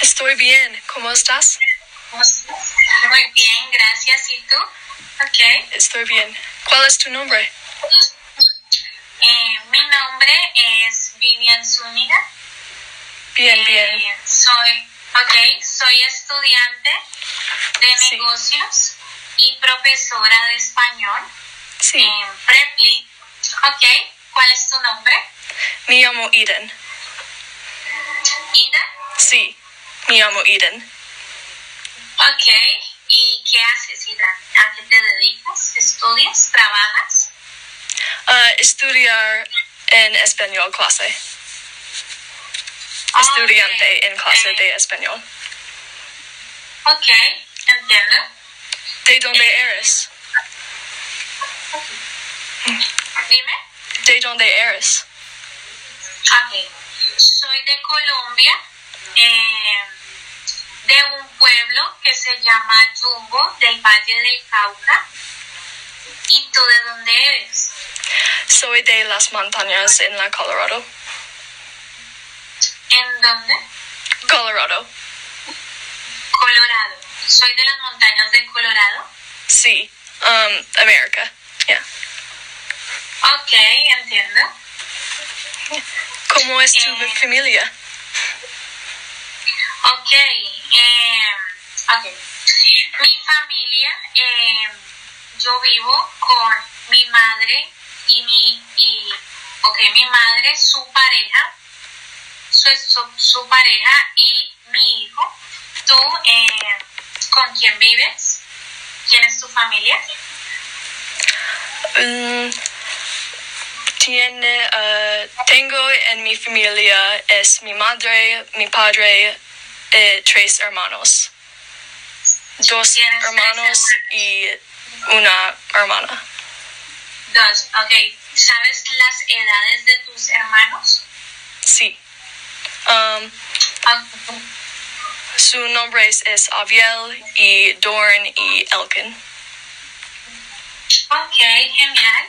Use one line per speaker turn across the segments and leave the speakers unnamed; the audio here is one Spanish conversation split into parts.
Estoy bien. ¿Cómo estás?
Muy bien, gracias. ¿Y tú? Ok.
Estoy bien. ¿Cuál es tu nombre?
Eh, mi nombre es Vivian Zúñiga.
Bien, bien.
Eh, soy, ok, soy estudiante de
Sí.
negocios y profesora de español
Sí.
en Preply. Ok, ¿cuál es tu nombre?
Me llamo Eden.
Ida.
Sí. Me llamo Eden.
Ok, ¿y qué haces, Ida? ¿A qué te dedicas? ¿Estudias? ¿Trabajas?
Ah, estudiar en español clase. Estudiante
Ah, Ok,
en clase
ok.
de español.
Ok, entiendo.
¿De dónde eres?
Dime.
¿De dónde eres?
Ok, soy de Colombia, eh, de un pueblo que se llama Yumbo, del Valle del Cauca. ¿Y tú de dónde eres?
Soy de las montañas en la Colorado.
¿En dónde?
Colorado.
Colorado. Soy de las montañas de Colorado.
Sí. Um, América. Yeah.
Ok, entiendo.
¿Cómo es tu
Eh.
familia?
Ok, eh, ok. Mi familia, eh, yo vivo con mi madre y mi, y, ok, mi madre, su pareja, su, su, su pareja y mi hijo. ¿Tú eh, con quién vives? ¿Quién es tu familia?
Mm, tiene, eh, tengo en mi familia es mi madre, mi padre, eh, tres hermanos. Dos
Tienes tres
hermanos y una hermana.
Dos, ok. ¿Sabes las edades de tus hermanos?
Sí. Um,
Ok.
su nombre es, es Aviel y Dorn y Elkin.
Ok, genial.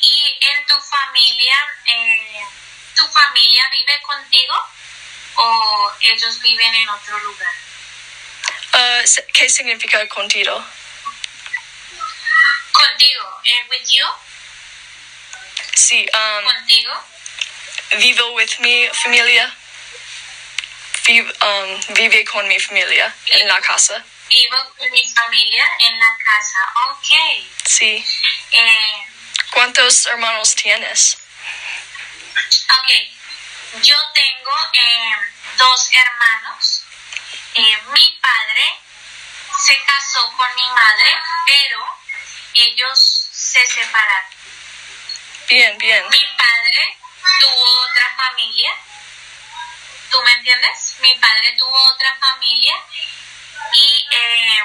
¿Y en tu familia, eh, tu familia vive contigo o ellos viven en otro lugar?
Eh, se- ¿Qué significa contigo?
Contigo, eh, with you,
Sí. um,
contigo.
vivo with mi familia. Vi- um, vive con mi familia en la casa.
Vivo con mi familia en la casa. Ok.
Sí.
Eh,
¿Cuántos hermanos tienes?
ok. Yo tengo eh, dos hermanos. Eh, mi padre se casó con mi madre, pero ellos se separaron.
Bien, bien.
Mi padre tuvo otra familia. ¿Tú me entiendes? Mi padre tuvo otra familia y eh,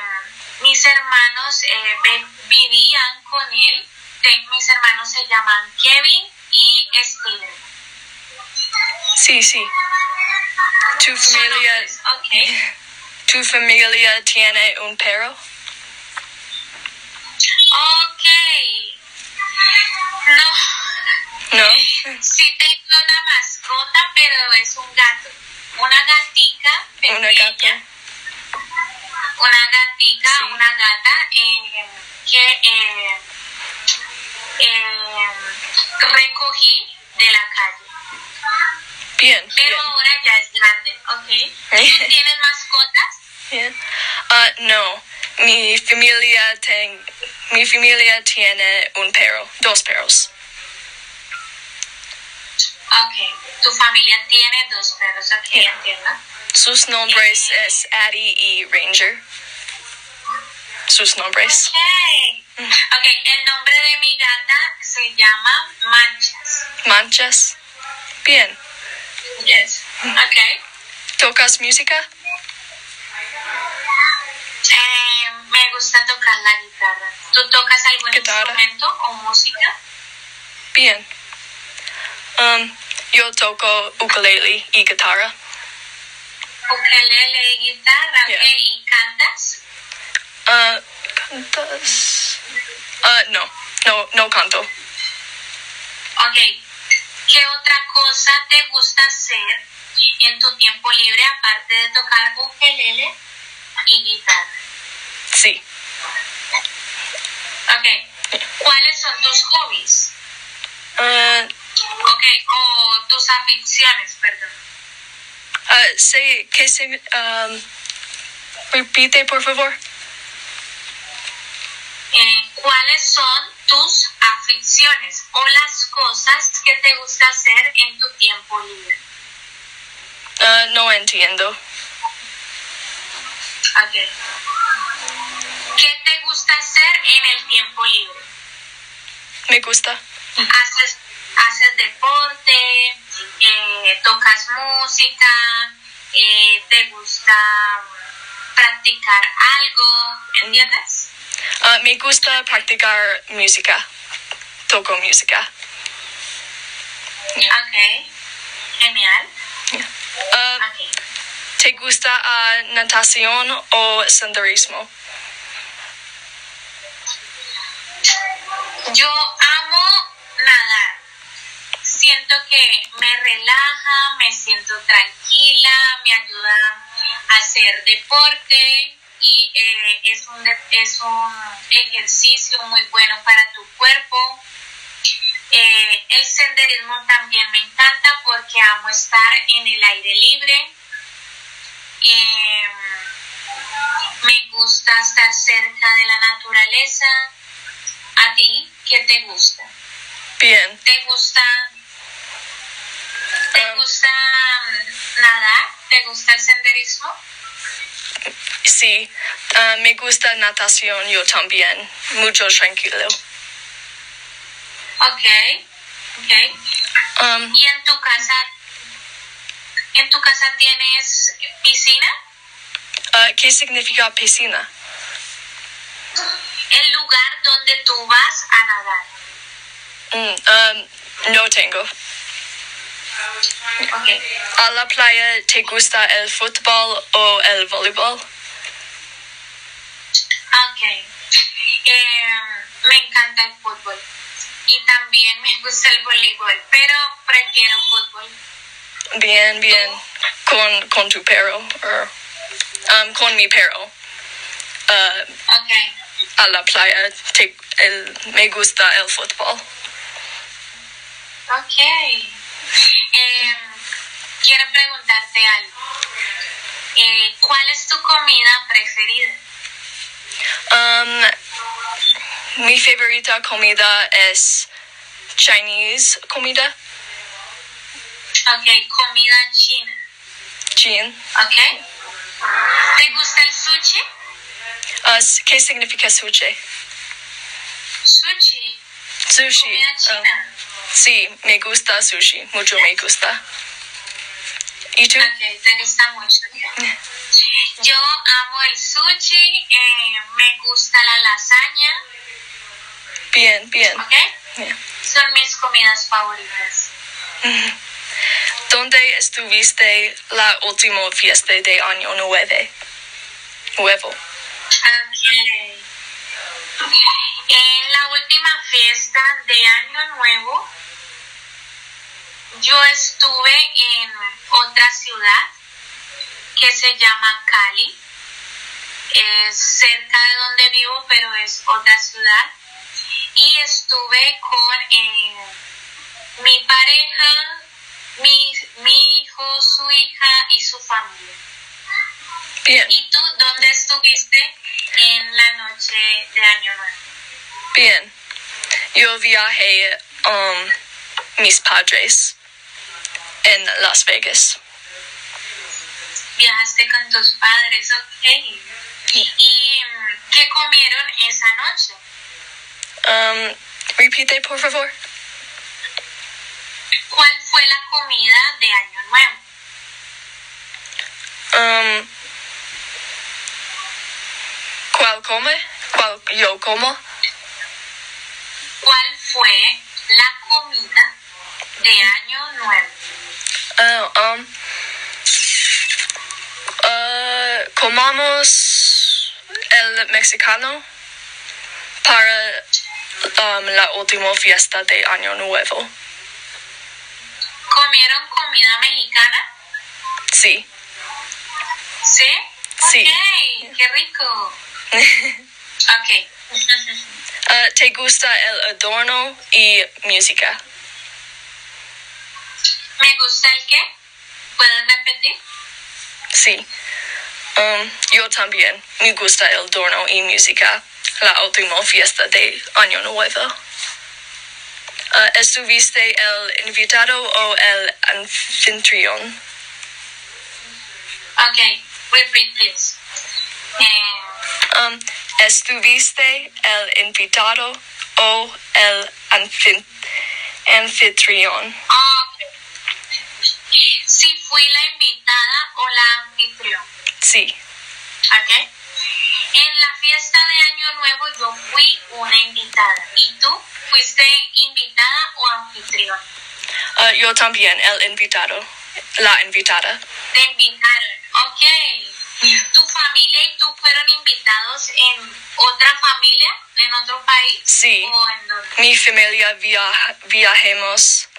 mis hermanos eh, ve- vivían con él. Te- Mis hermanos se llaman Kevin y Steven.
Sí, sí. Tu familia,
Son hombres, ok.
tu familia tiene un perro.
Ok. No.
No.
Sí tengo una mascota, pero es un gato. Una gatica pequeña.
Una gata.
una gatica,
Sí.
una gata eh, que eh, eh, recogí de la calle.
Bien,
Pero
bien.
ahora ya es grande, ¿ok? ¿Tú tienes mascotas?
bien. Ah, no. Mi familia ten, mi familia tiene un perro, dos perros.
Ok, tu familia tiene dos perros, ok,
Sí.
entiendo.
Sus nombres es Addie y Ranger. Sus nombres.
Ok.
Pues, Mm.
ok, el nombre de mi gata se llama Manchas.
Manchas. Bien.
Yes. Ok.
¿Tocas música?
Eh, me gusta tocar la guitarra. ¿Tú tocas algún
Guitarra.
instrumento o música?
Bien. Um, yo toco ukulele y guitarra.
Ukelele y guitarra,
Yeah.
ok. ¿Y cantas?
Ah, ¿Cantas? Ah, no, no, no canto.
Ok. ¿Qué otra cosa te gusta hacer en tu tiempo libre aparte de tocar ukelele y guitarra?
Sí.
Ok. ¿Cuáles son tus hobbies?
Uh,
Ok, o tus aficiones, perdón.
ah, sí, que se, um, repite, por favor.
Eh, ¿Cuáles son tus aficiones o las cosas que te gusta hacer en tu tiempo libre?
Ah, no entiendo.
Ok. ¿Qué te gusta hacer en el tiempo libre?
Me gusta.
haces, haces deporte, eh, tocas música, eh, te gusta practicar algo, ¿entiendes?
Ah, me gusta practicar música. Toco música.
Ok, genial.
Ah,
Ok.
¿Te gusta ah, natación o senderismo?
Yo amo nadar. Siento que me relaja, me siento tranquila, me ayuda a hacer deporte y eh, es, un, de- es un ejercicio muy bueno para tu cuerpo. Eh, el senderismo también me encanta porque amo estar en el aire libre. Eh, me gusta estar cerca de la naturaleza. ¿A ti qué te gusta?
Bien.
¿Te gusta? ¿Te
Um,
gusta mm, nadar? ¿Te gusta el senderismo?
Sí. Ah, me gusta natación yo también. Mucho tranquilo.
Ok, ok.
Um,
¿Y en tu casa? ¿En tu casa tienes piscina?
ah, ¿Qué significa piscina?
El lugar donde tú vas a nadar.
Mm, um, no tengo.
Ok.
¿A la playa te gusta el fútbol o el voleibol?
Ok. Eh, me encanta el fútbol. Y también me gusta el voleibol, pero prefiero fútbol.
Bien, bien. Con, con tu perro. or- um, con mi perro. Ah,
Ok.
a la playa te- el- me gusta el fútbol.
Ok. Eh, quiero preguntarte algo. Eh, ¿Cuál es tu comida preferida?
Um, mi favorita comida es Chinese comida,
Ok, comida china.
Jin.
Ok. ¿Te gusta el sushi?
Ah, ¿Qué significa sushi?
Sushi,
Sushi.
comida
ah,
china.
sí, me gusta sushi, mucho me gusta. ¿Y tú?
Ok, te gusta mucho. Yo amo el sushi, eh, me gusta la lasaña,
Bien, bien.
ok. Son mis comidas favoritas.
¿Dónde estuviste la última fiesta de año nueve? Nuevo.
Ok. En la última fiesta de Año Nuevo, yo estuve en otra ciudad que se llama Cali. Es cerca de donde vivo, pero es otra ciudad. Y estuve con eh, mi pareja, mi, mi hijo, su hija y su familia.
Bien,
¿Y tú dónde estuviste en la noche de Año Nuevo?
bien. Yo viajé um, mis padres en Las Vegas.
Viajaste con tus padres, ok. ¿Y mm, qué comieron esa noche?
Um, repite, por favor.
¿Cuál fue la comida de Año Nuevo?
Um, ¿Cuál come? ¿Cuál yo como?
¿Cuál fue la comida de Año Nuevo?
Ah, um, ah, comamos el mexicano para um, la última fiesta de Año Nuevo.
¿Comieron comida mexicana?
Sí.
¿Sí?
Sí.
Ok, qué rico. Ok.
Ah, ¿Te gusta el adorno y música?
¿Me gusta el qué? ¿Puedes repetir?
Sí. Um, yo también. Me gusta el adorno y música. La última fiesta de Año Nuevo. Ah, ¿Estuviste el invitado o el anfitrión?
Ok, repeat please. Eh,
Um, ¿Estuviste el invitado o el anfin- anfitrión?
ok. ah, Si fui la invitada o la anfitrión.
Sí.
Ok. En la fiesta de Año Nuevo yo fui una invitada. ¿Y tú fuiste invitada o anfitrión?
Ah, yo también, el invitado. La invitada.
Te invitaron. Ok. ¿Tu familia y tú fueron invitados en otra familia, en otro país?
Sí.
¿O en dónde?
Mi familia via- viajemos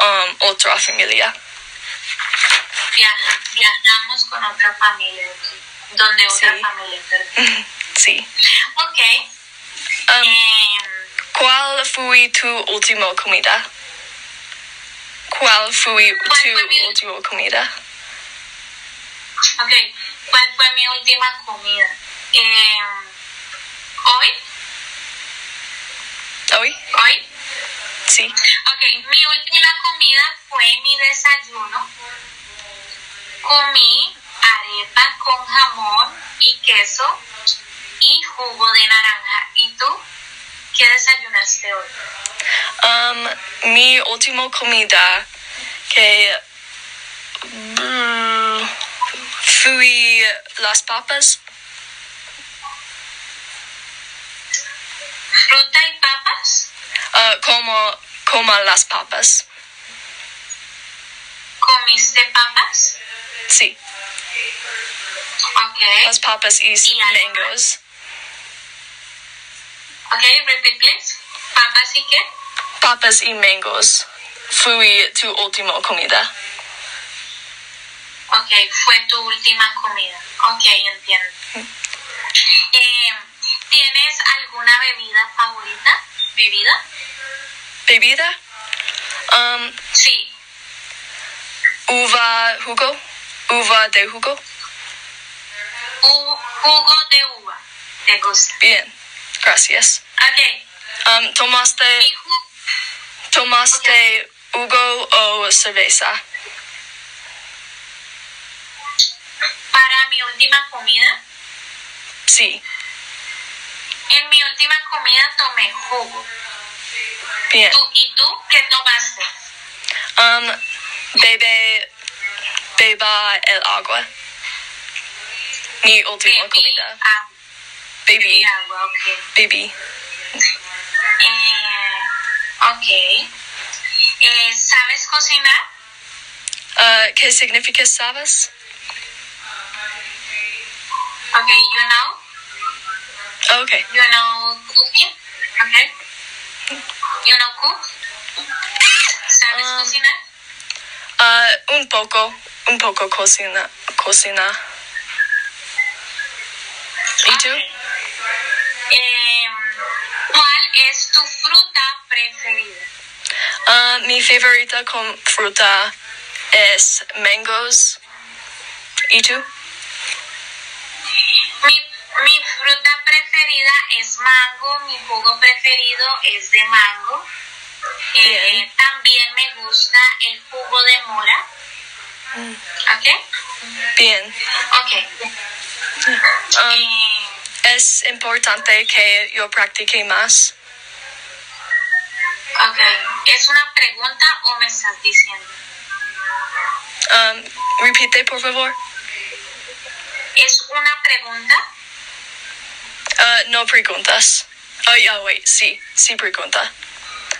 um, otra familia.
Viaja- viajamos con otra familia. Donde otra
Sí.
familia, perdón.
sí.
Ok.
Um,
Em,
¿Cuál fue tu última comida? ¿Cuál fue tu última comida?
Ok, ¿cuál fue mi última comida? Eh, hoy,
¿Hoy?
hoy.
Sí.
Ok, mi última comida fue mi desayuno. Comí arepa con jamón y queso y jugo de naranja. ¿Y tú? ¿Qué desayunaste hoy?
Um, mi última comida que mm, fui las papas.
¿Fruta y papas?
ah, como, como las papas.
¿Comiste papas?
Sí.
Ok,
Las papas y
Y algo más.
mangos.
ok, repeat please. ¿Papas y qué?
Papas y mangos. Fui tu última comida.
Ok, fue tu última comida. Ok, entiendo. Eh, ¿Tienes alguna bebida favorita? ¿Bebida?
Bebida. Um,
Sí.
uva jugo. Uva de jugo.
Ju- jugo de uva. ¿Te gusta?
Bien. Gracias.
Ok.
Um,
¿Y
tomaste,
ju-
tomaste jugo o cerveza.
para mi última comida?
Sí.
En mi última comida tomé jugo.
Bien.
¿Tú, ¿Y tú qué tomaste?
Um, bebe, beba el agua. Mi última
Bebí
comida.
agua.
Baby.
Bebí Ah, agua, ok.
Baby.
Eh, ok. Eh, ¿Sabes cocinar?
Uh, ¿Qué significa sabes?
Ok, you know.
Okay.
You know cooking? Okay. You know cook? ¿Sabes
Um,
cocinar?
Ah, un poco, un poco cocina, cocina. ¿Y tú?
Eh, ¿Cuál es tu fruta preferida?
Ah, mi favorita con fruta es mangos. ¿Y tú?
Mi, mi fruta preferida es mango, mi jugo preferido es de mango. Eh,
Bien.
también me gusta el jugo de mora.
Mm.
¿Ok?
Bien.
Ok.
Um,
Eh,
es importante que yo practique más.
ok. ¿Es una pregunta o me estás diciendo?
Um, repite, por favor.
¿Es una pregunta?
Ah, no preguntas. Oh, yeah, wait, sí, sí pregunta.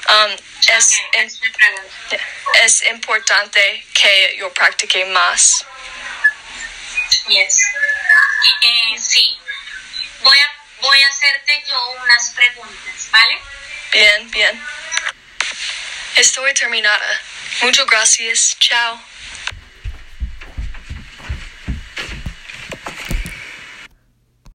Um, es,
Ok, es una pregunta.
es importante que yo practique más.
Yes. Eh, sí. Voy a, voy a hacerte yo unas preguntas, ¿vale?
Bien, bien. Estoy terminada. Muchas gracias. Chao.